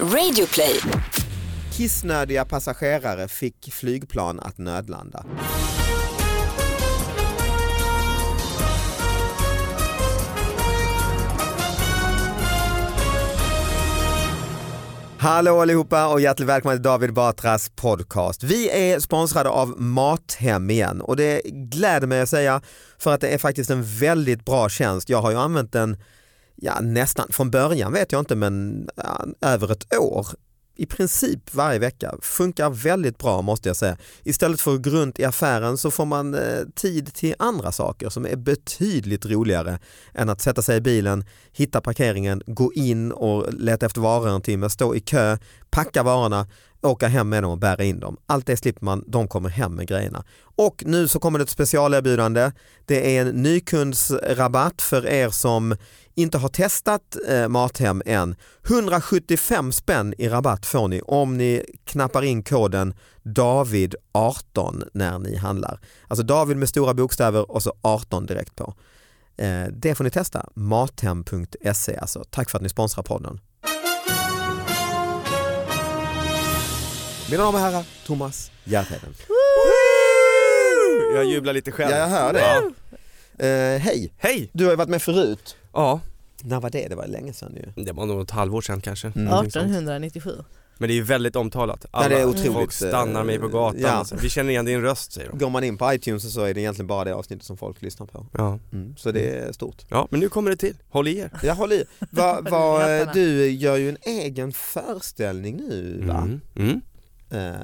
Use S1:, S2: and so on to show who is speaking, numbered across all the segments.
S1: Radioplay.
S2: Kissnödiga passagerare fick flygplan att nödlanda. Hallå allihopa och hjärtligt välkomna till David Batras podcast. Vi är sponsrade av Mathem igen och det gläder mig att säga för att det är faktiskt en väldigt bra tjänst. Jag har ju använt den ja, nästan från början vet jag inte men ja, över ett år i princip varje vecka. Funkar väldigt bra måste jag säga. Istället för att gå runt i affären så får man eh, tid till andra saker som är betydligt roligare än att sätta sig i bilen, hitta parkeringen, gå in och leta efter varor en timme, stå i kö, packa varorna, åka hem med dem och bära in dem. Allt det slipper man, de kommer hem med grejerna. Och nu så kommer det ett specialerbjudande. Det är en nykundsrabatt för er som inte har testat eh, Mathem än. 175 spänn i rabatt får ni om ni knappar in koden David18 när ni handlar. Alltså David med stora bokstäver och så 18 direkt på. Eh, det får ni testa. Mathem.se alltså. Tack för att ni sponsrar podden. Mina damer och herrar, Thomas Järvheden.
S3: Jag jublar lite
S2: Ja,
S3: själv.
S2: jag hör det.
S4: Mm.
S2: Eh, hej,
S3: Hej!
S2: du har ju varit med förut.
S3: Ja,
S2: När var det? Det var länge sedan ju.
S3: det var nog ett halvår sedan kanske.
S2: Mm.
S3: Någonting sånt.
S4: 1897.
S3: Men det är ju väldigt omtalat.
S2: Ja, det är otroligt, eh,
S3: folk stannar mig på gatan.
S2: ja.
S3: Alltså. Vi känner igen din röst säger de.
S2: Går man in på iTunes så är det egentligen bara det avsnittet som folk lyssnar på.
S3: Ja.
S2: Mm. Så det är stort.
S3: ja, men nu kommer det till. Håll i er.
S2: Jag håller i. Va, va,
S4: Jättarna.
S2: du gör ju en egen föreställning nu va?
S3: Mm. Mm.
S2: Eh,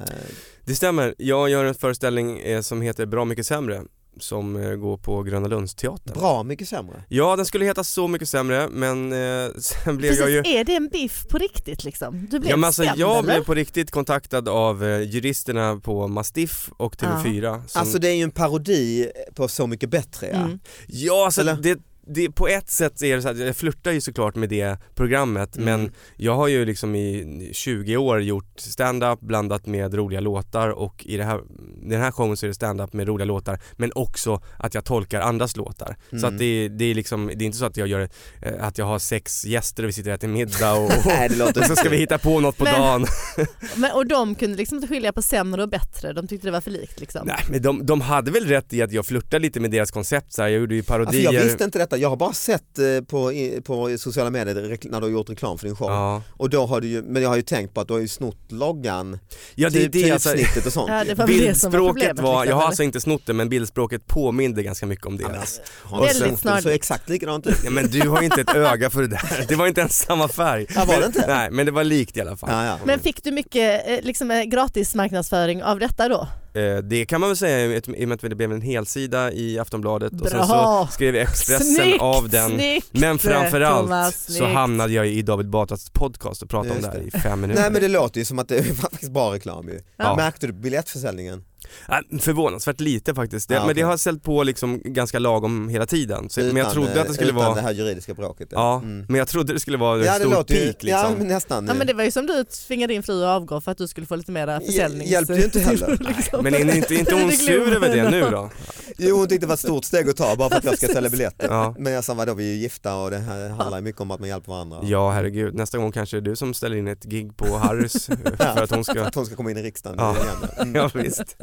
S3: Det stämmer, jag gör en föreställning eh, som heter Bra mycket sämre som eh, går på Gröna Lundsteatern.
S2: bra mycket sämre.
S3: Ja, den skulle heta Så mycket sämre men eh, sen blev
S4: Precis,
S3: jag ju
S4: är det en biff på riktigt liksom? Du blev
S3: Ja, men alltså,
S4: stämd
S3: jag
S4: eller?
S3: blev på riktigt kontaktad av eh, juristerna på Mastiff och TV4
S4: Ah.
S3: som
S2: Alltså det är ju en parodi på Så mycket bättre ja.
S4: Mm.
S3: Ja, alltså
S2: Eller?
S3: det, det, på ett sätt så är det så att jag flörtar ju såklart med det programmet
S2: Mm.
S3: men jag har ju liksom i 20 år gjort stand-up blandat med roliga låtar och i det här, den här showen så är det stand-up med roliga låtar men också att jag tolkar andras låtar. Så
S2: Mm.
S3: att det, det är liksom, det är inte så att jag gör, eh, att jag har sex gäster och vi sitter och äter middag och,
S2: Nej det låter
S3: och så ska vi hitta på något på
S4: Men-
S3: dagen.
S4: Men, och de kunde liksom inte skilja på sämre och bättre, de tyckte det var för likt liksom.
S3: Nej men de, de hade väl rätt i att jag flörtade lite med deras koncept så här. jag gjorde ju
S2: Alltså
S3: parodier.
S2: jag visste inte detta, jag har bara sett eh, på, i- på sociala medier rekl- när du har gjort reklam för din show.
S3: Ja,
S2: Och då har du ju, men jag har ju tänkt på att du har ju snott loggan,
S3: ja det är
S2: typ,
S3: det alltså.
S2: typsnittet och sånt.
S4: Ja, det var väl det som var
S3: Bildspråket
S4: problemet.
S3: var, jag har
S4: eller?
S3: alltså inte snott det men bildspråket påminde ganska mycket om deras.
S2: Har
S3: Och
S2: du
S3: sen-
S2: snott den så
S4: snarlikt.
S2: exakt likadant ut.
S3: Ja, men du har ju inte ett öga för det där, det var inte ens samma färg.
S2: Ja, var det
S3: Men-
S2: inte?
S3: Nej men det var likt i alla fall.
S2: Ja, ja.
S4: Men fick du mycket eh, liksom, eh, gratis marknadsföring av detta då?
S3: Eh, det kan man väl säga i ett- i och med att det blev en helsida i Aftonbladet och sen så
S4: Bra.
S3: skrev Expressen
S4: Snyggt,
S3: av den.
S4: snyggt!
S3: Men framförallt
S4: Thomas,
S3: så
S4: snyggt.
S3: hamnade jag i David Batras podcast och pratade om
S2: Just
S3: det här
S2: det.
S3: i fem minuter.
S2: Nej men det låter ju som att det var faktiskt bara reklam ju.
S3: Ja.
S2: Märkte du biljettförsäljningen?
S3: Ja, Förvånansvärt lite faktiskt, det,
S2: Ja,
S3: men
S2: okej.
S3: det har ställt på liksom ganska lagom hela tiden. Så, men jag
S2: Utan, eh,
S3: trodde att det skulle
S2: utan
S3: vara,
S2: det här juridiska bråket.
S3: ja,
S2: Mm.
S3: men jag trodde det skulle vara en
S2: ja det
S3: stor
S2: låter ju,
S3: peak liksom.
S2: ja men nästan.
S4: Ja men det var ju som du tvingade din fru att avgå för att du skulle få lite mera försäljning.
S2: hjälpte ju inte heller.
S4: liksom.
S3: Men är inte, inte hon
S4: Det glömmer
S3: sur över det
S4: jag.
S3: nu då?
S2: Jo hon tyckte det var ett stort steg att ta bara för att jag ska sälja biljetter.
S3: Ja.
S2: Men jag sa vadå vi är ju gifta och det här handlar ju mycket om att man hjälper varandra.
S3: ja herregud, nästa gång kanske det är du som ställer in ett gig på Harrys för att hon ska...
S2: Att hon ska komma in i riksdagen
S3: Ja.
S2: igen. Mm.
S3: Ja visst.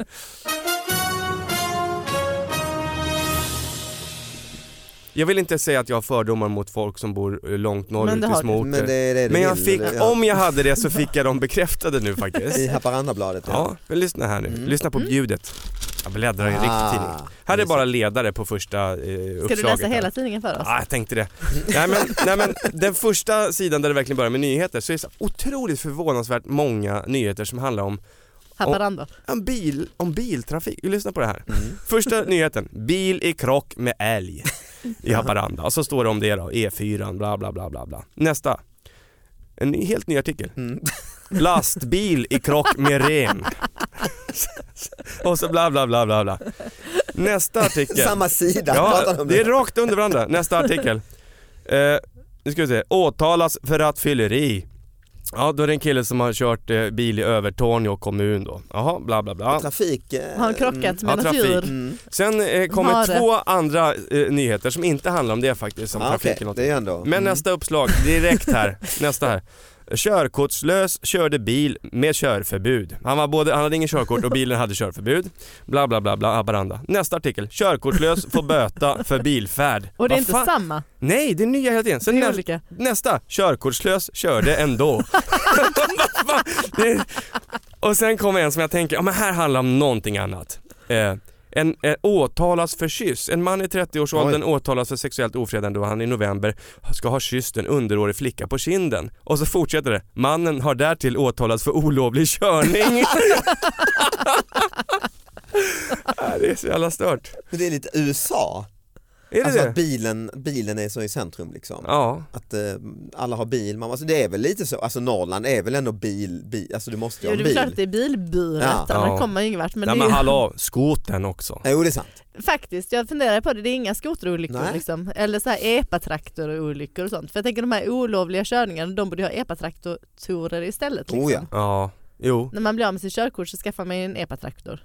S3: Jag vill inte säga att jag har fördomar mot folk som bor eh, långt norrut
S4: Men det
S3: i
S4: har
S3: små
S2: Men det
S3: orter.
S2: är det du
S3: Men jag
S2: vill,
S3: fick,
S2: eller?
S3: om jag hade det så fick jag dem bekräftade nu
S2: I
S3: faktiskt.
S2: Haparandabladet
S3: Ja, men lyssna här
S4: Mm.
S3: nu. Lyssna på ljudet. Jag bläddrar i en
S2: Ah,
S3: riktig tidning. Här är
S2: just
S3: bara ledare på första eh, uppslaget.
S4: Ska du läsa
S3: här.
S4: hela tidningen för oss?
S3: Ja, jag tänkte det. Nej men, nej, men den första sidan där det verkligen börjar med nyheter så är det så otroligt förvånansvärt många nyheter som handlar om,
S4: Haparanda.
S3: om, bil, om biltrafik. Lyssna på det här.
S2: Mm.
S3: Första nyheten, bil i krock med älg i Haparanda. Och så står det om det då, E4, bla bla bla bla bla. Nästa. En ny, helt ny artikel.
S2: Mm.
S3: Lastbil i krock med ren. Och så bla bla bla bla bla. Nästa artikel.
S2: Samma sida pratar de
S3: Ja,
S2: om
S3: det är rakt under varandra. Nästa artikel. Eh, nu ska vi se. Åtalas för rattfylleri. Ja, då är det en kille som har kört eh, bil i Övertorneå kommun då. Jaha, bla bla bla.
S2: Trafik. eh,
S4: Har han krockat med
S3: Mm. Ja,
S4: något
S3: trafik.
S4: djur?
S2: Mm.
S3: Sen eh, kommer
S4: Har det.
S3: två andra eh, nyheter som inte handlar om det faktiskt, som
S2: Ja, Ah, okej, Mm.
S3: trafiken. och-
S2: det är ändå.
S3: Men nästa uppslag, direkt här. nästa här. Körkortslös körde bil med körförbud. Han, var både, han hade ingen körkort och bilen hade körförbud. Bla bla bla bla abaranda. Nästa artikel. Körkortlös får böta för bilfärd.
S4: Och det är
S3: Vad
S4: inte
S3: fan?
S4: samma.
S3: Nej, det är nya hela tiden.
S4: Det
S3: Sen
S4: är
S3: nä,
S4: olika.
S3: nästa. Körkortslös körde ändå. Vad fan? det är, och sen kommer en som jag tänker, ja men här handlar om någonting annat. Eh, en eh, åtalas för kyss. En man i 30-årsåldern åtalas för sexuellt ofredande då han i november ska ha kysst en underårig flicka på kinden. Och så fortsätter det. Mannen har därtill åtalats för olovlig körning. Ah, det är så jävla stört.
S2: Men det är lite USA.
S3: Är det
S2: alltså
S3: det?
S2: att bilen, bilen är så i centrum liksom.
S3: Ja.
S2: Att eh, alla har bil. Man, alltså, det är väl lite så, alltså Norrland är väl ändå bil, bil alltså du måste ju
S4: Jo,
S2: ha en
S4: det är
S2: bil.
S4: väl klart att det är bilburet,
S2: Ja.
S4: annars
S3: Ja.
S4: kommer man ju ingen vart. Men
S3: Nej
S4: det är
S3: men
S4: ju,
S3: hallå, skoten också.
S2: Jo det är sant.
S4: faktiskt, jag funderar på det, det är inga skoterolyckor
S2: Nej.
S4: liksom. Eller så här epatraktor-olyckor och sånt. För jag tänker de här olovliga körningarna, de borde ju ha epatraktorer istället. Liksom.
S2: Oh, ja.
S3: Ja, jo.
S4: När man blir av med sitt körkort så skaffar man ju en epatraktor.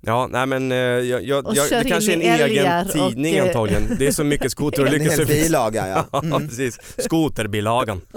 S3: Ja, nej men eh, jag, jag,
S4: Och
S3: jag,
S4: kör
S3: det kanske är
S4: in
S3: en
S4: i älgar
S3: egen
S4: och,
S3: tidning
S4: eh,
S3: antagligen. Det är så mycket
S2: En
S3: skoterolyckor
S2: hel
S3: som finns.
S2: bilaga ja.
S3: Ja,
S2: Mm.
S3: precis. Skoterbilagan.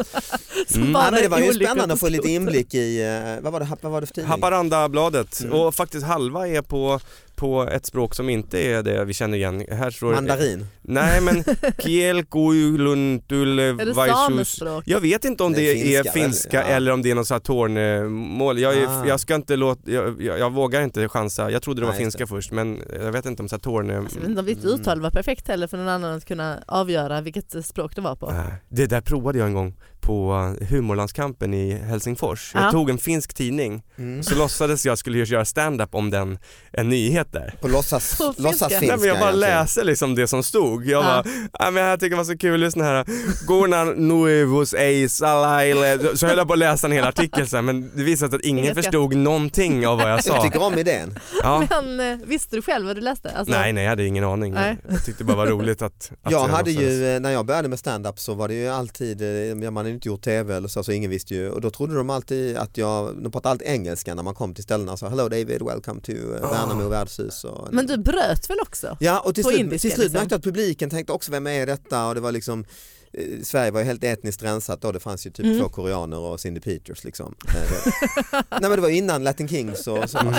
S4: Som
S3: Mm.
S4: bara
S2: Ja, men det var ju
S4: olyckor
S2: spännande att få
S4: på
S2: lite
S4: skoter.
S2: inblick i, eh, vad var det, Happ- vad var det för tidning?
S3: Haparandabladet
S2: Mm.
S3: och faktiskt halva är på, på ett språk som inte är det vi känner igen. Här står det...
S2: Mandarin.
S3: Nej men
S4: Är det
S3: Kielkuiluntullevaisus.
S4: samespråk?
S3: Jag vet inte om det,
S2: Det är
S3: är
S2: finska,
S3: finska,
S2: väl? Ja.
S3: eller om det är något sånt här tornemål. Jag, är-
S2: Ah.
S3: jag ska inte låta, jag, jag, jag vågar inte chansa. Jag trodde det var
S2: Nej, just
S3: finska först men jag vet inte om så här
S4: Alltså,
S3: torne...
S4: Jag vet inte om ditt
S2: Mm.
S4: uttal var perfekt heller för någon annan att kunna avgöra vilket eh, språk det var på.
S3: Nej, Det där provade jag en gång på eh, humorlandskampen i Helsingfors. Jag
S4: Ja.
S3: tog en finsk tidning,
S2: Mm.
S3: så låtsades jag skulle göra stand-up om den, en nyhet där.
S2: På låtsas,
S4: På finska.
S2: låtsas finska.
S3: Nej, men jag bara
S2: egentligen.
S3: läser liksom det som stod. Jag
S4: Ja.
S3: bara, "Nej, men jag tycker det var så kul, lyssna här. Gonan nuevus eis alaile. Så höll jag på att läsa en hel artikel sen men det visade sig att ingen
S4: Ingen skratt.
S3: förstod någonting av vad jag
S2: Jag
S3: sa.
S2: tycker om idén.
S3: Ja.
S4: Men eh, visste du själv vad du läste? Alltså,
S3: Nej, nej jag hade ingen aning.
S4: Nej.
S3: Jag tyckte det bara var roligt att, att
S2: Jag hade
S3: låtsades.
S2: ju, eh, när jag började med stand-up så var det ju alltid, eh, ja, man hade inte gjort tv eller så, så ingen visste ju. Och då trodde de alltid att jag, de pratade allt engelska när man kom till ställena. Så hello David, welcome to eh,
S3: Ah.
S2: Värnamo värdshus. Och,
S4: Men du bröt väl också?
S2: Ja, och till
S4: på
S2: slut,
S4: indiska,
S2: till slut
S4: liksom.
S2: märkte jag att publiken tänkte också vem är detta? Och det var liksom, eh, Sverige var ju helt etniskt rensat då, det fanns ju typ
S4: Mm.
S2: två koreaner och Cindy Peters liksom. Eh, det- Nej men det var ju innan Latin Kings och så, så,
S4: Innan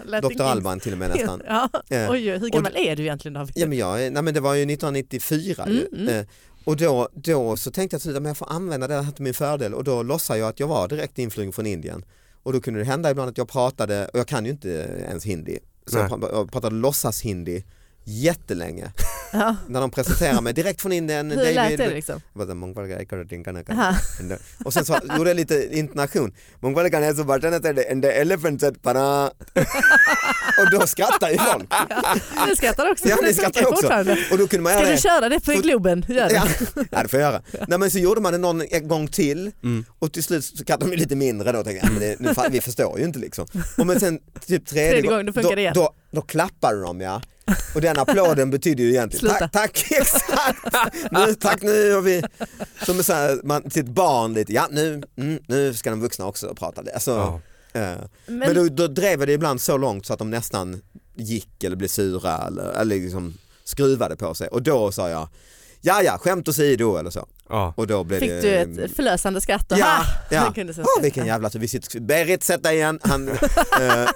S4: Mm. Latin
S2: Dr.
S4: Kings.
S2: Alban till och med nästan.
S4: Ja.
S2: Eh,
S4: Oj, hur gammal är du egentligen David?
S2: Ja, men jag, nej, men det var ju 1994 ju.
S4: Mm, mm.
S2: Eh, Och då, då så tänkte jag till att jag får använda det här till min fördel och då låtsade jag att jag var direkt influgen från Indien. Och då kunde det hända ibland att jag pratade, och jag kan ju inte ens hindi, så jag
S3: Nej.
S2: pra- jag pratade låtsas hindi jättelänge.
S4: Ja.
S2: När de presenterade mig direkt från Indien,
S4: Hur lät det
S2: David,
S4: liksom?
S2: vad sa- "Mongvalga ekar dinkanaka."
S4: Aha.
S2: och sen så gjorde jag lite intonation. Mongvalga kan så bartana said, "And the elephant said para. Och då skrattar ju folk.
S4: Ni skrattar också.
S2: Ja,
S4: så
S2: ni
S4: det
S2: skrattar
S4: funkar
S2: också.
S4: fortfarande.
S2: Och då kunde man
S4: Ska
S2: göra
S4: du
S2: det.
S4: köra det på
S2: Så-
S4: Globen? Gör det.
S2: Ja, ja, det får jag göra. Nej, men så gjorde man det någon en gång till
S3: Mm.
S2: och till slut så kan de ju lite mindre då. Tänkte jag, men det, nu, fan, vi förstår ju inte liksom. Och men sen typ tredje,
S4: Tredje
S2: gång-
S4: gången, då funkar det igen.
S2: då, då, då klappade de ja. Och den applåden betyder ju egentligen
S4: Sluta.
S2: tack, tack, exakt, nu, tack nu har vi, som så här, man, sitt barn lite, ja nu, mm, nu ska de vuxna också prata. Alltså,
S3: Ja.
S2: eh,
S4: Men,
S2: men då, då drev jag det ibland så långt så att de nästan gick eller blev sura eller, eller liksom skruvade på sig och då sa jag ja ja skämt åsido eller så
S3: Ja.
S2: och då blev
S4: fick
S2: det,
S4: du ett förlösande skratt? Och,
S2: Ja,
S4: ah,
S2: ja.
S4: Han kunde sen
S2: Åh,
S4: skratta.
S2: vilken jävla tur, vi sitter, Berit sätt dig igen. Han, eh,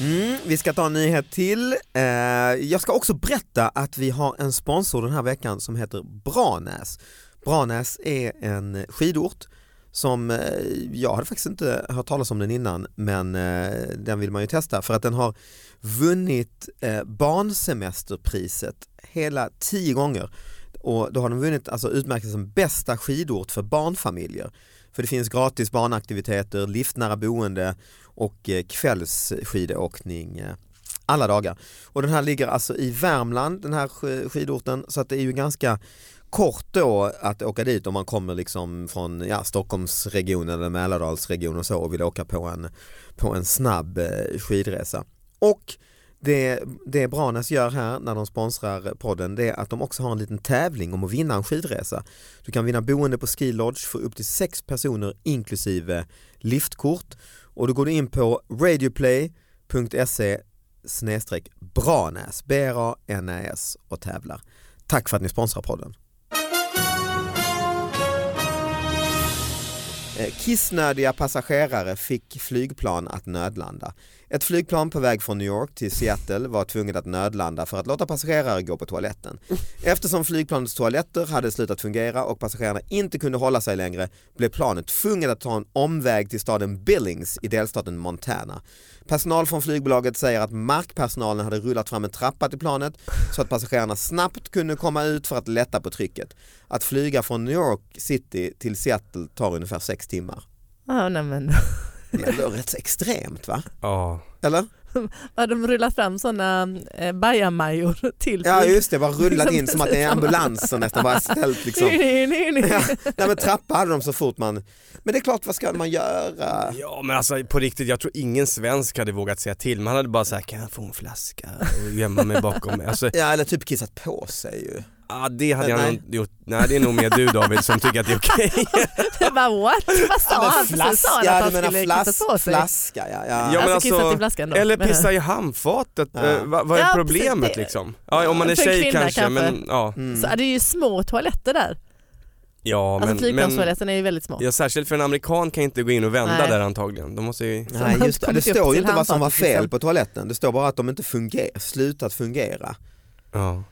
S2: Mm, vi ska ta en nyhet till. Eh, jag ska också berätta att vi har en sponsor den här veckan som heter Branäs. Branäs är en skidort som eh, jag hade faktiskt inte hört talas om den innan men eh, den vill man ju testa för att den har vunnit eh, barnsemesterpriset hela tio gånger och då har de vunnit alltså utmärkelsen bästa skidort för barnfamiljer. För det finns gratis barnaktiviteter, liftnära boende och eh, kvällsskidåkning eh, alla dagar. Och den här ligger alltså i Värmland, den här sk- skidorten, så att det är ju ganska kort då att åka dit om man kommer liksom från ja, Stockholmsregionen eller Mälardalsregionen och så och vill åka på en, på en snabb eh, skidresa. Och det, det Branäs gör här när de sponsrar podden det är att de också har en liten tävling om att vinna en skidresa. Du kan vinna boende på Ski Lodge för upp till sex personer inklusive liftkort. Och då går du in på radioplay.se snedstreck Branäs, B-R-A-N-A-S och tävlar. Tack för att ni sponsrar podden. Eh, Kissnödiga passagerare fick flygplan att nödlanda. Ett flygplan på väg från New York till Seattle var tvunget att nödlanda för att låta passagerare gå på toaletten. Eftersom flygplanets toaletter hade slutat fungera och passagerarna inte kunde hålla sig längre blev planet tvunget att ta en omväg till staden Billings i delstaten Montana. Personal från flygbolaget säger att markpersonalen hade rullat fram en trappa till planet så att passagerarna snabbt kunde komma ut för att lätta på trycket. Att flyga från New York City till Seattle tar ungefär sex timmar.
S4: Ja, nej men.
S2: Det är ändå rätt så extremt va?
S3: Ja.
S2: Eller?
S4: Har de rullat fram sådana eh, bajamajor till
S2: Mm. Ja
S4: flyg-
S2: just det, bara rullat in som att det är ambulansen nästan, bara ställt liksom.
S4: Nej, nej, nej.
S2: Ja, nej men trappa hade de så fort man, men det är klart vad ska man göra?
S3: ja men alltså på riktigt, jag tror ingen svensk hade vågat säga till. Man hade bara sagt kan jag få en flaska och gömma mig bakom mig. Alltså,
S2: Ja eller typ kissat på sig ju.
S3: ah, det hade jag
S2: Nej.
S3: nog gjort. Nej det är nog mer du David som tycker att det är okej.
S4: Jag bara what? Vad sa han? Precis sa han
S2: ja, alltså,
S4: att
S2: du
S4: han
S2: menar
S4: skulle kissa på
S2: flask,
S4: sig.
S2: flaska ja. ja.
S3: Ja, men
S4: alltså kissa
S3: alltså,
S4: till flaskan då.
S3: Eller
S4: menar du?
S3: pissa i handfatet,
S2: Ja.
S3: eh, vad, vad är
S4: Ja, precis,
S3: problemet
S4: det-
S3: liksom? Ja, om man är
S4: För en
S3: tjej
S4: kvinna
S3: kanske,
S4: kanske.
S3: men ja.
S2: Mm.
S4: Så är det är ju små toaletter där.
S3: ja
S4: Alltså
S3: men, men,
S4: flygplanstoaletten är ju väldigt små.
S3: ja, särskilt för en amerikan kan inte gå in och vända
S4: Nej.
S3: där antagligen. De måste ju,
S2: Nej, just det.
S4: kommit
S2: det
S4: upp
S2: står ju
S4: till
S2: inte vad som var
S4: handfatet,
S2: fel
S4: liksom.
S2: på toaletten, det står bara att de inte funger- slutat fungera.
S3: ja.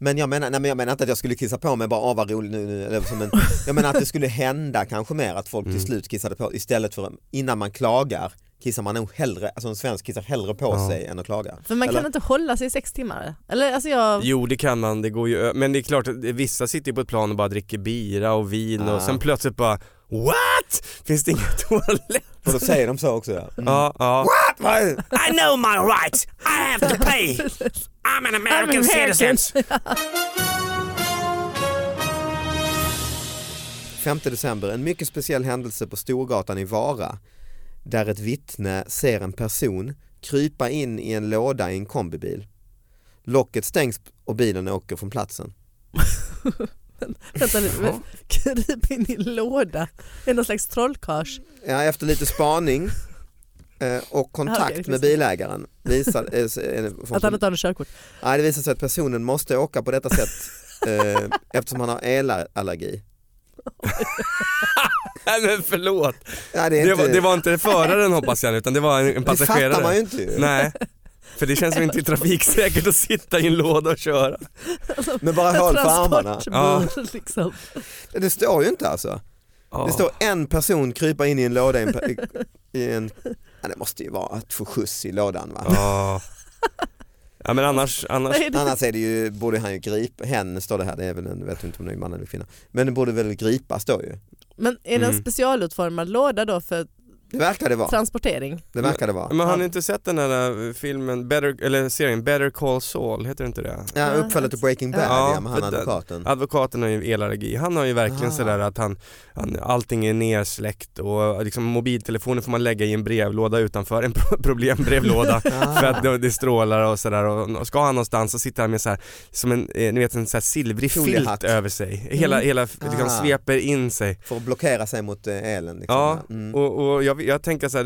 S2: Men jag, menar, nej, men jag menar inte att jag skulle kissa på mig bara, åh vad roligt nu, nu. Eller som en, jag menar att det skulle hända kanske mer att folk till
S3: Mm.
S2: slut kissade på istället för innan man klagar kissar man nog hellre, alltså en svensk kissar hellre på
S3: Ja.
S2: sig än att klaga.
S4: För man
S2: Eller?
S4: kan inte hålla sig i sex timmar. Eller alltså jag...
S3: Jo det kan man, det går ju ö- Men det är klart, att vissa sitter ju på ett plan och bara dricker bira och vin
S2: Ja.
S3: och sen plötsligt bara What? Finns det ingen toalett?
S2: Och då säger de så också ja. Mm.
S3: Ja, ja.
S2: What? Vad-
S1: I know my rights. I have to pay. I'm an American, citizen.
S4: citizen.
S2: 5 december, en mycket speciell händelse på Storgatan i Vara där ett vittne ser en person krypa in i en låda i en kombibil. Locket stängs och bilen åker från platsen.
S4: Vänta nu, kryp in i en låda. Det är någon slags trollkarls.
S2: Ja, efter lite spaning eh, och
S4: Ja, okej,
S2: kontakt
S4: det
S2: med
S4: finns-
S2: bilägaren visar, eh, s- eh,
S4: Att han inte har något körkort.
S2: nej, det visar sig att personen måste åka på detta sätt eh, eftersom han har elallergi.
S3: Nej men förlåt.
S2: Ja, det, är
S3: Det
S2: inte,
S3: var, det var inte föraren hoppas jag utan det var en, en
S2: det fattar man
S3: passagerare.
S2: ju inte. ju.
S3: Nej. För det känns väl inte trafiksäkert att sitta i en låda och köra.
S2: Men bara håll för armarna.
S4: Transportbord liksom.
S2: Det står ju inte alltså.
S3: Ja.
S2: Det står en person krypa in i en låda i en, pe- i en ja, det måste ju vara att få skjuts i lådan va?
S3: Ja. Ja men annars, annars
S4: Vad är det?
S2: Annars är det ju, borde han ju gripa, hen står det här, det är väl en, vet inte om det är man eller kvinna, men det borde väl gripas då ju.
S4: Men är det en
S3: Mm.
S4: specialutformad låda då för
S2: Det verkar det vara.
S4: transportering?
S2: Det verkar det vara.
S3: Men har ni inte sett den här filmen, Better, eller serien Better Call Saul, heter det inte det?
S2: Ja, uppföljare till Breaking Bad,
S3: Ja,
S2: ja, med han
S3: för det-
S2: advokaten.
S3: Advokaten har ju elallergi, han har ju verkligen
S2: Ah.
S3: sådär att han, han, allting är nersläckt och liksom mobiltelefonen får man lägga i en brevlåda utanför, en pro- problembrevlåda för att det, det strålar och sådär och, och ska han någonstans så sitter han med såhär, som en, eh, ni vet en såhär silvrig
S2: Foliehatt.
S3: filt över sig, hela,
S4: Mm.
S3: hela liksom
S2: Ah.
S3: sveper in sig.
S2: För att blockera sig mot eh, elen. Liksom.
S3: Ja,
S2: Mm.
S3: och, och jag, jag tänker såhär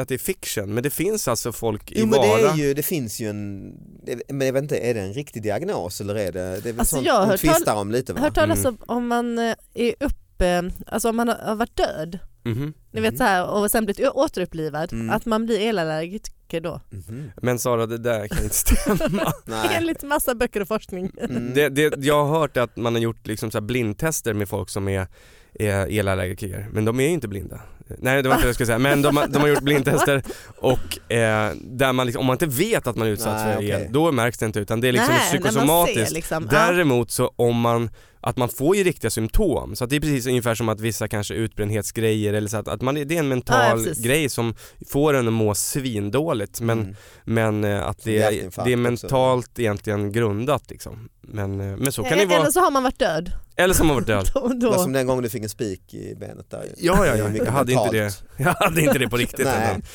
S3: att det är fiction, men det finns alltså folk i
S2: Jo men det,
S3: Vara.
S2: är ju, det finns ju en, det- men jag vet inte, är det en riktig diagnos eller är det, det är väl
S4: Alltså,
S2: sånt
S4: jag har
S2: de
S4: hört
S2: tvistar om lite va?
S4: Hört talas
S3: Mm.
S4: om om man eh, är uppe, alltså om man har- har varit död
S3: Mhm.
S4: Ni vet
S2: Mhm.
S4: så här, och sen blivit återupplivad,
S2: Mm.
S4: att man blir elallergiker då.
S2: Mhm.
S3: Men Sara det där kan inte stämma.
S2: Nej.
S4: Enligt massa böcker och forskning.
S2: Mm.
S3: Det, det, jag har hört att man har gjort liksom så här blindtester med folk som är är elallergiker, men de är ju inte blinda. Nej det var inte det jag skulle säga, men de, har- de har gjort blindtester och eh, där man liksom, om man inte vet att man är utsatt
S2: Nej,
S3: för el,
S2: okej.
S3: då märks det inte utan det är liksom
S4: Nej, när man
S3: psykosomatiskt.
S4: ser liksom, ja,
S3: Däremot så om man, att man får ju riktiga symptom, så att det är precis ungefär som att vissa kanske utbrändhetsgrejer eller så att, att man, det är en
S4: Ja,
S3: mental
S4: ja, precis.
S3: grej som får en att må svindåligt men
S2: Mm.
S3: men eh, att det,
S2: Hjärtinfarkt
S3: det
S2: också.
S3: är mentalt egentligen grundat liksom. Men, eh, men så kan det
S4: eller
S3: vara.
S4: så har man varit död.
S3: Eller som har varit död.
S4: Då,
S2: Det var
S4: då.
S2: som den gången du fick en spik i benet där. ju.
S3: Ja, ja,
S2: Det är
S3: ja.
S2: mycket
S3: Jag hade inte det.
S2: mentalt.
S3: Jag hade inte det på riktigt.
S2: Nej.
S3: ändå.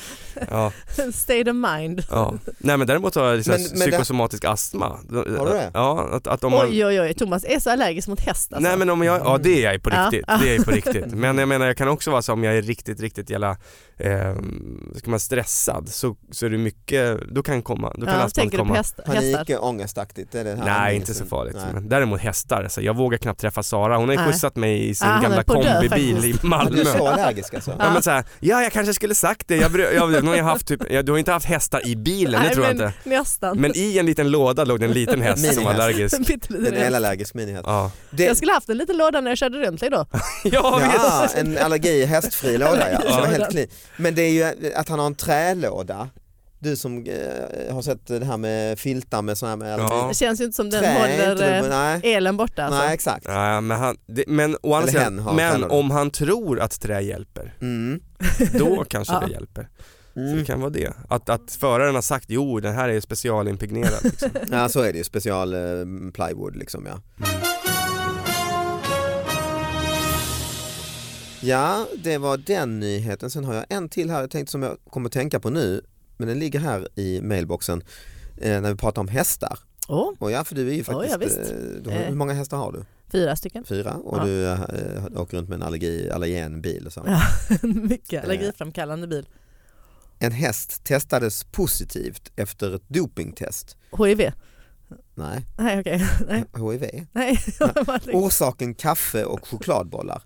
S3: Ja,
S4: State of mind.
S3: ja. Nej men däremot så har jag liksom
S2: Men- men det-
S3: psykosomatisk astma. Har
S2: du det?
S3: Ja, att, att om man...
S4: Oj oj oj, Thomas är så allergisk mot häst alltså.
S3: Nej men om jag, ja det är jag på
S4: Ja.
S3: riktigt. Det är jag på riktigt. Men jag menar jag kan också vara så om jag är riktigt, riktigt jävla, eh, ska man stressad så, så är det mycket, då kan komma, då kan
S4: ja,
S3: astman
S4: tänker du på
S3: komma.
S4: häst, hästar?
S2: Panik och ångestaktigt. Det är det här
S3: Nej
S2: andningen
S3: inte så
S2: som-
S3: farligt.
S2: Nej.
S3: Men däremot hästar, så jag vågar knappt träffa Sara. Hon har ju
S4: Nej.
S3: skjutsat mig i sin
S4: Ah, hon är
S3: gamla
S4: på dö
S3: kombibil i
S4: faktiskt.
S2: Ja, Du är
S3: Malmö.
S2: så allergisk alltså?
S3: Ja, men så här, ja jag kanske skulle sagt det, jag, bry- jag, nu har jag haft typ, jag, du har inte haft hästar i bilen, det
S4: Nej,
S3: tror jag
S4: men
S3: inte.
S4: Nästan.
S3: Men i en liten låda låg det en liten häst som var
S2: Minihäst.
S3: allergisk.
S4: En
S2: Det
S4: pytteliten
S2: är en
S4: häst.
S2: allergisk minihäst.
S3: Ja,
S2: Det,
S4: Jag skulle haft en liten låda när jag körde runt dig då.
S3: ja visst.
S2: ja, en allergi hästfri låda ja. Det var
S4: Ja.
S2: helt clean. Men det är ju att han har en trälåda. Du som eh, har sett det här med filtar med sådana här med
S3: Ja.
S4: Det känns ju inte som den
S2: trä. inte
S4: håller
S2: du-
S4: eh,
S2: nej,
S4: elen borta alltså.
S2: nej exakt.
S3: Ja, men han, det, men å andra
S2: Eller
S3: sidan,
S2: hen har
S3: men
S2: kallat det.
S3: om han tror att trä hjälper,
S2: Mm.
S3: då kanske
S4: Ja.
S3: det hjälper. Så det
S2: Mm.
S3: kan vara det. Att, att föraren har sagt jo den här är specialimpregnerad. Liksom.
S2: Ja så är det ju, special eh, plywood liksom ja. Ja, det var den nyheten. Sen har jag en till här jag tänkte som jag kommer att tänka på nu, men den ligger här i mailboxen eh, när vi pratar om hästar.
S4: Åh,
S2: Och ja, för du är ju
S4: Ja,
S2: faktiskt,
S4: ja, visst.
S2: eh, du, har- hur
S4: Eh.
S2: många hästar har du?
S4: fyra stycken.
S2: Fyra och
S4: Ja.
S2: du eh, åker runt med en allergi, allergenbil och så.
S4: Ja. Mycket allergiframkallande bil.
S2: En häst testades positivt efter ett dopingtest.
S4: HIV?
S2: Nej,
S4: Nej okej. Nej.
S2: HIV.
S4: Nej.
S2: Oh. Orsaken kaffe och chokladbollar.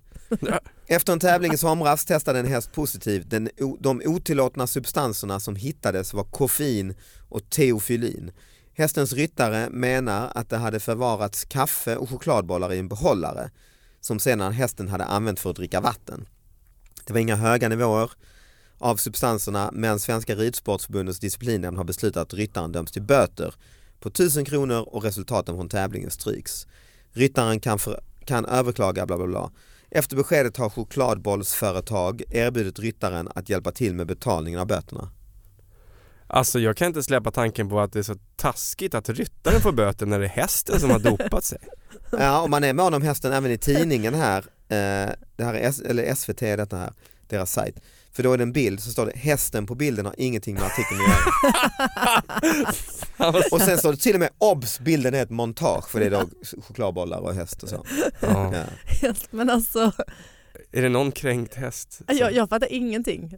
S2: Efter en tävling i somras testade en häst positivt. Den, o- de otillåtna substanserna som hittades var koffein och teofylin. Hästens ryttare menar att det hade förvarats kaffe och chokladbollar i en behållare som sedan hästen hade använt för att dricka vatten. Det var inga höga nivåer av substanserna men Svenska Ridsportförbundets disciplinnämnd har beslutat att ryttaren döms till böter på 1000 kronor och resultaten från tävlingen stryks. Ryttaren kan, för, kan överklaga bla bla bla. Efter beskedet har chokladbollsföretag erbjudit ryttaren att hjälpa till med betalningen av böterna.
S3: Alltså jag kan inte släppa tanken på att det är så taskigt att ryttaren får böter när det är hästen som har dopat sig.
S2: Ja, om man är mån om hästen även i tidningen här, eh, det här är S- eller SVT är detta här, deras sajt. För då är det en bild så står det hästen på bilden har ingenting med artikeln att göra. Och sen står det till och med obs, bilden är ett montage för det är då chokladbollar och häst och så.
S3: Ja.
S2: Ja.
S4: Helt, men alltså,
S3: Är det någon kränkt häst? som-
S4: jag, jag fattar ingenting.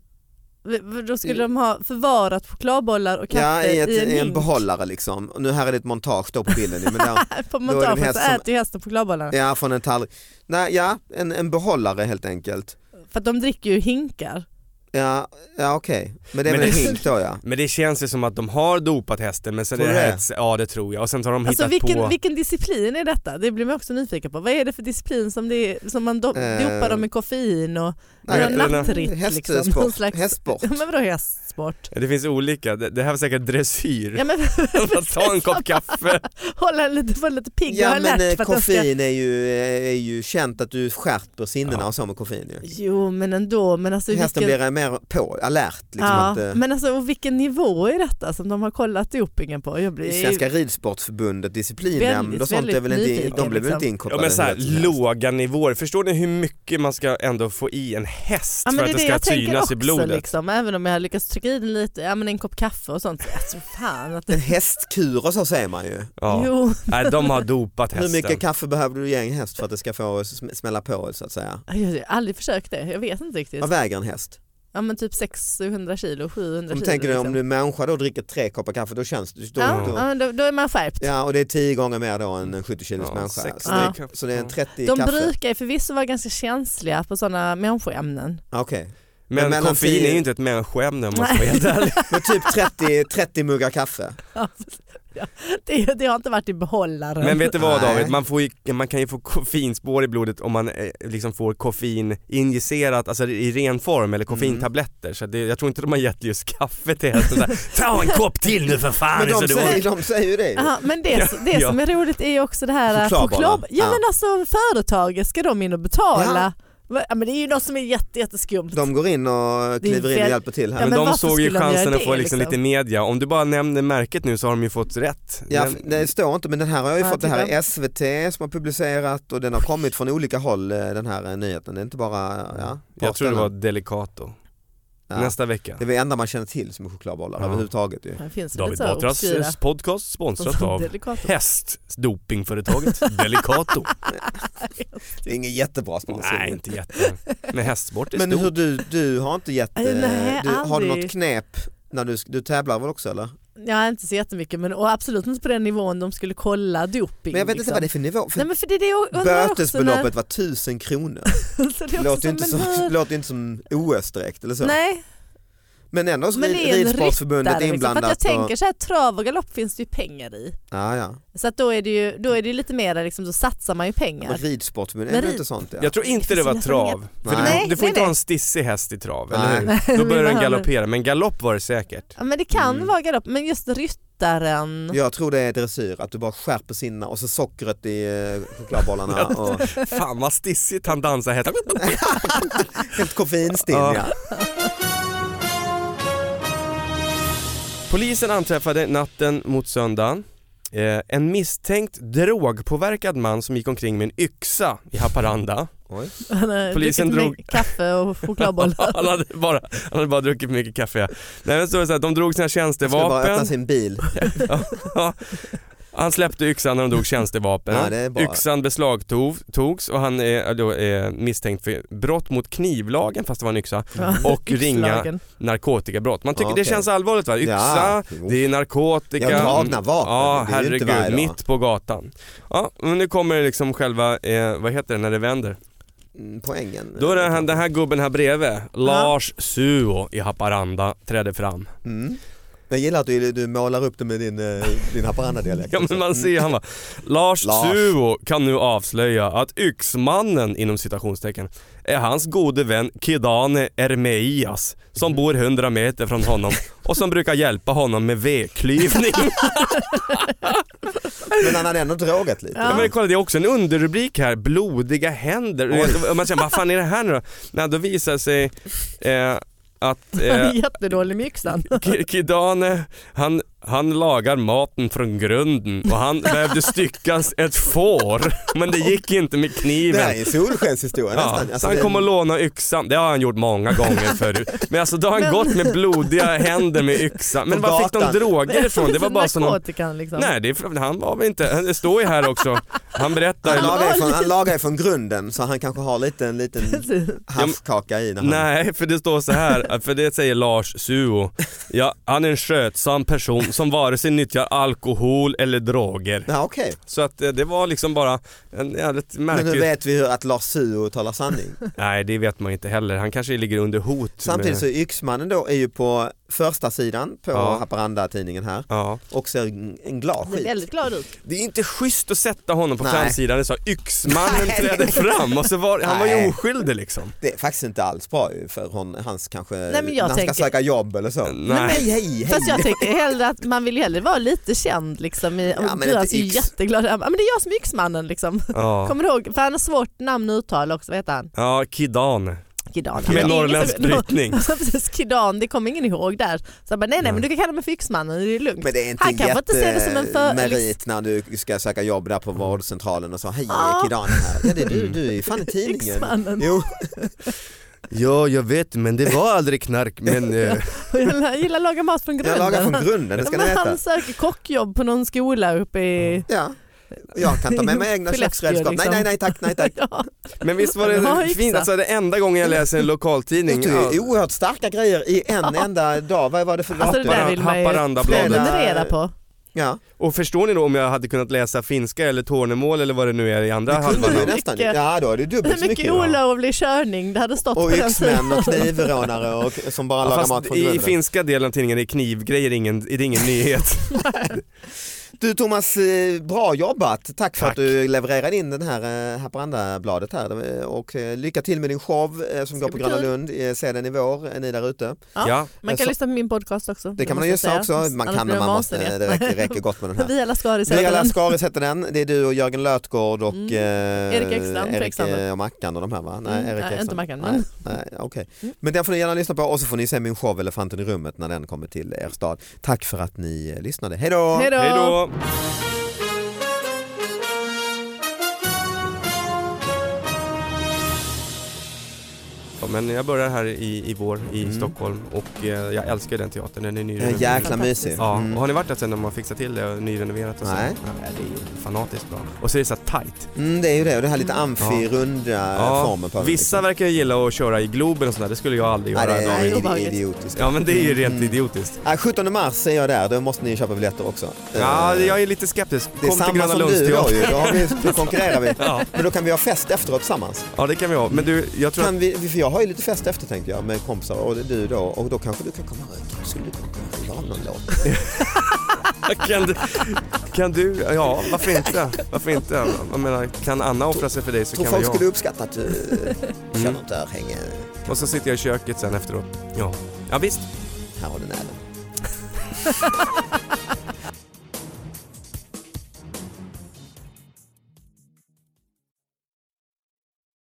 S4: V- v- Då skulle de ha förvarat chokladbollar och kaffe
S2: Ja, i, ett,
S4: en,
S2: i en
S4: hink.
S2: behållare liksom. Och nu här är det ett montage då på bilden. Men där,
S4: På
S2: är det en
S4: montaget
S2: häst
S4: så
S2: som-
S4: äter ju hästen chokladbollarna.
S2: ja, från en tallrik. Nej, ja, en, en behållare helt enkelt.
S4: För att de dricker ju hinkar.
S2: Ja, ja okej. Men det är
S3: Men
S2: väl en
S3: det-
S2: hink då ja.
S3: Men det känns ju som att de har dopat hästen men sen
S2: Tror
S3: är
S2: du
S3: det
S2: det?
S3: häst, ja det tror jag. Och sen har de
S4: Alltså
S3: hittat på...
S4: vilken, vilken disciplin är detta? Det blir man också nyfiken på. Vad är det för disciplin som, det är, som man do-
S2: Eh,
S4: dopar dem med koffein och
S3: Nej,
S4: Nej,
S3: men-
S4: nattritt?
S2: Hästsport.
S4: Liksom, någon slags...
S2: Hästsport.
S4: Men vadå hästsport?
S3: Det finns olika, det, det här var säkert dressyr.
S4: Ja, men,
S3: Ta en kopp kaffe.
S4: hålla en lite, vara lite pigg. jag
S2: Ja
S4: har
S2: men eh,
S4: lärt för att jag ska...
S2: koffein är, ju, eh, är ju känt att du skärper sinnena och så med koffein ju.
S4: Jo men ändå, men alltså
S2: Hästen
S4: vilken...
S2: blir mer på, alert. Liksom,
S4: ja,
S2: att, eh,
S4: men alltså och vilken nivå är detta som de har kollat dopingen på? Jag blir ju...
S2: Svenska ridsportförbundet, disciplinnämnd
S4: Väldigt,
S2: och sånt, är väl
S4: väldigt
S2: inte, de
S4: nyfiken,
S2: blir väl inte
S4: liksom.
S3: Ja
S2: inkopplade?
S3: men så
S2: hur
S3: här,
S2: lätt som helst.
S3: låga nivåer, förstår ni hur mycket man ska ändå få i en häst
S4: Ja, men
S3: för
S4: det
S3: att
S4: är
S3: det
S4: det
S3: ska
S4: jag tänker
S3: synas
S4: också
S3: i blodet?
S4: liksom, även om jag har lyckats trycka i den lite, ja men en kopp kaffe och sånt. Alltså fan att
S2: En
S4: det...
S2: hästkur och så säger man ju.
S3: Ja.
S4: Jo,
S3: Nej de har dopat
S2: Hur
S3: hästen.
S2: mycket kaffe behöver du ge en häst för att det ska få sm- smälla på så att säga?
S4: jag har aldrig försökt det, jag vet inte riktigt.
S2: Vad väger en häst?
S4: Ja men typ 600 kilo, 700
S2: Om
S4: kilo.
S2: du tänker dig om
S4: liksom.
S2: du är människa då och dricker tre koppar kaffe då känns det... Då,
S4: ja,
S2: då,
S4: ja, men då, då är man skärpt.
S2: Ja och det är 10 gånger mer då än en 70 kilos
S3: Ja,
S2: människa.
S3: sex-
S2: Så, det,
S3: Ja.
S2: så det är en 30
S4: De
S2: kaffe.
S4: brukar ju förvisso vara ganska känsliga på sådana människoämnen.
S2: Okej.
S3: Men
S2: Mellan
S3: koffein
S2: tio-
S3: är ju inte ett människoämne om man ska
S4: Nej.
S3: vara helt ärlig.
S2: Men typ 30, 30 muggar kaffe.
S4: Det, det har inte varit i behållaren.
S3: Men vet du vad
S2: Nej.
S3: David, man, får ju, man kan ju få koffeinspår i blodet om man eh, liksom får koffein injicerat, alltså i ren form eller koffeintabletter. Så det, jag tror inte de har gett just kaffe till hästen. Där, Ta en kopp till nu för fan!
S2: Men
S3: så
S2: de
S3: det var-
S2: säger, de säger ju det. ju.
S4: Aha, men det, det
S3: Ja.
S4: som är roligt är ju också det här
S2: Chokladbollar.
S4: choklad... Ja,
S2: Ja.
S4: men alltså företaget ska de in och betala
S2: Ja.
S4: Va- Ja, men det är ju något som är jätte, jätteskumt.
S2: De går in och kliver in och
S4: fel.
S2: hjälper till
S4: Ja,
S2: här.
S3: men,
S4: men
S3: de
S4: varför
S3: såg ju
S4: skulle de
S3: chansen
S4: göra
S3: att få
S4: det,
S3: liksom
S4: liksom?
S3: lite media. Om du bara nämner märket nu så har de ju fått rätt.
S2: Ja,
S3: Men-
S2: f- det står inte men den här har jag ju
S4: Ja,
S2: fått, det här
S4: titta.
S2: är SVT som har publicerat och den har kommit från olika håll eh, den här eh, nyheten. Det är inte bara, ja.
S3: jag tror det
S2: ställen.
S3: var Delicato.
S2: Ja.
S3: Nästa vecka.
S2: Det är det enda man känner till som är chokladbollar
S3: Ja.
S2: överhuvudtaget ju.
S4: Det finns väl
S3: David
S4: lite så här
S3: Batras
S4: obskyra.
S3: eh, podcast sponsrat av
S4: Delikat.
S3: hästdopingföretaget Delicato.
S2: Det är ingen jättebra sponsor.
S3: Nej, inte jätte. Men hästsport är
S2: Men
S3: stort.
S2: hur du, du har inte gett, eh,
S4: Nej, nej,
S2: du, har du
S4: aldrig.
S2: något knep när du, du tävlar väl också eller?
S4: Ja, inte så jättemycket men och absolut inte på den nivån de skulle kolla doping.
S2: Men jag vet inte
S4: liksom.
S2: vad det är för nivå. För
S4: Nej men för det är det jag undrar
S2: bötesbeloppet var 1000 kronor.
S4: också när, så det är
S2: Låter
S4: också
S2: ju inte,
S4: men hur-
S2: som- låter ju inte som OS direkt eller så.
S4: Nej,
S2: Men ändå så
S4: Men det är
S2: rid,
S4: en
S2: Ridsportförbundet
S4: där,
S2: är
S4: liksom. för att
S2: inblandat.
S4: jag tänker
S2: och,
S4: så här trav och galopp finns det ju pengar i.
S2: ja, ja.
S4: Så att då är det ju, då är det ju lite mer liksom, då satsar man ju
S2: Ja,
S4: pengar.
S2: Men ridsportförbundet, är
S4: Men
S2: det
S4: rid-
S2: inte sånt? Ja.
S3: Jag tror inte det
S4: finns
S3: var
S4: nästan
S3: trav. För
S2: Nej,
S3: du, du får
S4: nej,
S3: inte ha
S4: nej.
S3: en stissig häst i trav,
S2: Nej.
S3: eller hur? Då börjar den
S4: Men-
S3: galoppera. Men galopp var det säkert.
S4: Ja, men det kan
S2: Mm.
S4: vara galopp, men just ryttaren.
S2: Jag tror det är dressyr, att du bara skärper sinna och så sockret i eh, chokladbollarna och
S3: Fan vad stissigt han dansar häst.
S2: helt koffeinstinn.
S3: Ja.
S2: Ja.
S3: Polisen anträffade natten mot söndagen eh, en misstänkt drogpåverkad man som gick omkring med en yxa i Haparanda.
S2: Oj.
S4: Han har
S3: Polisen
S4: druckit
S3: drog-
S4: mycket Kaffe och chokladbollar.
S3: han, hade bara, han hade bara druckit mycket kaffe. Nej, men så är det så här, de drog sina
S2: Jag skulle bara öppna
S3: tjänstevapen.
S2: sin bil.
S3: Ja. han släppte yxan när de drog tjänstevapen.
S2: Ja, det är bra.
S3: Yxan beslagtogs och han är då är misstänkt för brott mot knivlagen fast det var en yxa och ringa
S4: Yxlagen.
S3: narkotikabrott. Man tycker
S2: Okej.
S3: det känns allvarligt va? Yxa,
S2: Ja.
S3: det är narkotika.
S2: Ja, dragna vapen.
S3: Ja,
S2: Det är ju inte
S3: herregud.
S2: varje dag.
S3: mitt på gatan. Ja, men nu kommer liksom själva, eh, vad heter det när det vänder?
S2: Mm, Poängen.
S3: Då är det han, den här gubben här bredvid, Lars Suo i Haparanda, trädde fram.
S2: Mm. Jag gillar att du, du målar upp det med din, eh, din Haparanda-dialekt.
S3: Ja men man ser han bara, Lars,
S2: Lars.
S3: Suo kan nu avslöja att yxmannen inom citationstecken är hans gode vän Kidane Ermeias som
S2: Mm.
S3: bor 100 meter från honom och som brukar hjälpa honom med vedklyvning.
S2: Mm. Men han hade ändå drogat lite.
S3: Ja.
S4: Ja.
S3: men kolla det är också en underrubrik här, blodiga händer.
S2: Oj.
S3: Och Man känner, vad fan är det här nu då? Nej, då visar det sig eh, att
S4: Han
S3: eh,
S4: är jättedålig med yxan.
S3: Ki- Kidane, han, han lagar maten från grunden och han vävde styckas ett får, men det gick inte med
S2: Det här
S3: kniven.
S2: är en solskenshistoria
S3: Ja,
S2: nästan. Alltså,
S3: så han
S2: det-
S3: kom och lånade yxan, det har han gjort många gånger förut. Men alltså då har han gått med blodiga händer med yxan. Men
S2: På
S3: var fick de
S2: gatan.
S3: droger ifrån? Det var bara sån...
S4: Narkotikan liksom.
S3: Nej, det, är- han var väl inte... Det står ju här också. Han berättar...
S2: han lagar ju från, han lagar ju från grunden så han kanske har lite, en liten
S4: Precis.
S2: haschkaka i när han...
S3: Nej, för det står så här, för det säger Lars Suo. Ja, han är en skötsam person som vare sig nyttjar alkohol eller droger.
S2: Ja, okej.
S3: Så att eh, det var liksom bara en jävligt
S2: Men
S3: märklig...
S2: nu vet vi hur att Lars Suo talar sanning.
S3: Nej det vet man ju inte heller, han kanske ligger under hot.
S2: Samtidigt
S3: med-
S2: så är Yxmannen då är ju på första sidan på
S3: Ja.
S2: Haparanda-tidningen här
S3: Ja.
S2: och ser en- en glad
S4: Han ser
S2: skit.
S4: väldigt glad ut.
S3: Det är inte schysst att sätta honom på
S2: Nej.
S3: framsidan, det sa yxmannen trädde fram och så var, han var ju
S2: Nej.
S3: oskyldig liksom.
S2: Det är faktiskt inte alls bra ju för hon, hans kanske,
S4: Nej, men jag
S2: när han ska
S4: tänker-
S2: söka jobb eller så.
S3: Nej.
S2: Hej hej hej!
S4: Fast jag tänker hellre att man vill ju hellre vara lite känd liksom. I,
S2: Ja, men
S4: du är
S2: ett
S4: alltså
S2: yx.
S4: jätteglad. Ja, men det är jag som är yxmannen liksom.
S3: Ja.
S4: Kommer du ihåg? För han har svårt namn att uttala också. Vad heter han?
S3: Ja, Kidan.
S4: Kidan.
S3: Med norrländsk brytning.
S4: Alltså, precis, Kidan, det kommer ingen ihåg där. Så jag bara, nej nej men du kan kalla mig för yxmannen, det är lugnt.
S2: Men det är inte
S4: Han kan väl inte se det som en för-
S2: merit när du ska söka jobb där på
S3: Mm.
S2: vårdcentralen och så hej
S4: Ja.
S2: Kidan här. Ja det är du, du är fan i tidningen.
S4: Yxmannen.
S2: Jo,
S3: Ja jag vet men det var aldrig knark men...
S4: Jag gillar- jag gillar att laga mat från
S2: jag
S4: grunden.
S2: lagar från grunden, det ska ni
S4: Men
S2: veta.
S4: Han söker kockjobb på någon skola uppe i...
S2: Ja. Jag kan ta med mig egna
S4: Skellefteå,
S2: köksredskap. Nej
S4: liksom.
S2: nej nej tack, nej tack.
S4: Ja.
S3: Men visst var
S4: Ja,
S3: det
S4: yxa.
S3: fint, alltså det enda gången jag läser en lokaltidning.
S2: Det är ju oerhört starka grejer i en enda dag. Vad var det för
S4: Alltså, det
S2: datum?
S4: där vill man ju-
S3: Haparandabladet.
S2: Fredag.
S4: Prenumerera på.
S2: Ja,
S3: Och förstår ni då om jag hade kunnat läsa finska eller tornemål eller vad det nu är i andra
S2: det
S3: halvan?
S2: kunde du
S3: av-
S4: Mycket.
S2: nästan. Ja, då är det dubbelt
S4: Hur
S2: så mycket.
S4: mycket olovlig körning det hade stått
S2: Och
S4: på den tiden.
S2: yxmän och knivrånare och, som bara
S3: Ja,
S2: lagar
S3: fast
S2: mat från
S3: i
S2: grunden.
S3: finska delen av tidningen är knivgrejer ingen, är det ingen nyhet.
S2: Du Thomas, eh, bra jobbat. Tack, för
S3: Tack.
S2: att du levererade in den här eh, Haparanda-bladet här. Det- Och eh, lycka till med din show eh, som går på
S4: bli
S2: Gröna
S4: kul.
S2: Lund. Eh, Se den i vår, eh, ni där ute.
S4: Ja.
S3: Ja,
S4: Man kan
S2: Så-
S4: lyssna på min podcast också.
S2: Det kan man
S4: måste
S2: göra
S4: jag
S2: också.
S4: säga.
S2: Man
S4: Annars
S2: kan
S4: blir
S2: men man
S4: de
S2: måste.
S4: vansinniga.
S2: Det räcker, räcker gott med den här.
S4: Vi alla Skaris
S2: Mira
S4: heter den.
S2: Laskaris heter den. Det är du och Jörgen Lötgård och
S4: Mm.
S2: eh,
S4: Erik Ekstrand, för
S2: Erik
S4: Ekstrand.
S2: eh, och Mackan och de här va? Nej, Erik
S4: Mm, nej,
S2: Ekstrand.
S4: inte Mackan,
S2: Nej,
S4: men-
S2: nej, okej.
S4: Mm.
S2: Men den får ni gärna lyssna på och så får ni se min show Elefanten i rummet när den kommer till er stad. Tack för att ni eh, lyssnade. Hej då!
S4: Hej
S3: hej
S4: då!
S3: då. Ja, men jag börjar här i, i vår i
S2: Mm.
S3: Stockholm och eh, jag älskar den teatern, den är
S2: Den är
S3: nyrenoverad.
S2: Eh, jäkla
S4: Fantastiskt.
S2: mysig.
S3: Ja,
S2: Mm.
S3: och har ni varit där sen när man fixar till det och nyrenoverat och så?
S2: Nej.
S3: Ja, det är ju fanatiskt bra. Och så är det så här tight.
S2: Mm, det är ju det, och det här lite amfi,
S3: Ja.
S2: runda
S3: Ja,
S2: formen på den,
S3: Vissa verkar ju gilla att köra i Globen och sådär, det skulle jag aldrig
S2: Nej,
S3: göra.
S2: det är
S4: Nej,
S2: ide-
S4: obehagligt.
S2: idiotiskt.
S3: Ja men det är ju rent
S2: Mm.
S3: idiotiskt.
S2: Nej, 17 mars är jag där, då måste ni köpa biljetter också.
S3: Ja,
S2: Eh,
S3: jag är lite skeptisk.
S2: det är
S3: Kom till
S2: samma
S3: Gröna
S2: som
S3: Lunds
S2: du då ju,
S3: teater.
S2: då, har vi, då konkurrerar vi.
S3: Ja,
S2: Men då kan vi ha fest efteråt tillsammans.
S3: ja, det kan vi ha. Men du, jag tror att...
S2: Kan vi, för jag har ju lite fest efter tänkte jag med kompisar och det är du då och då kanske du kan komma och skulle du kunna skriva av någon låt?
S3: Kan du, kan du, ja varför inte? Varför inte? Jag menar, kan Anna offra sig för dig så
S2: Tror
S3: kan Mm. väl
S2: folk
S3: jag.
S2: skulle uppskatta att du eh, känner ett örhänge.
S3: Och så sitter jag i köket sen efteråt. Ja, ja visst.
S2: Här har du näven.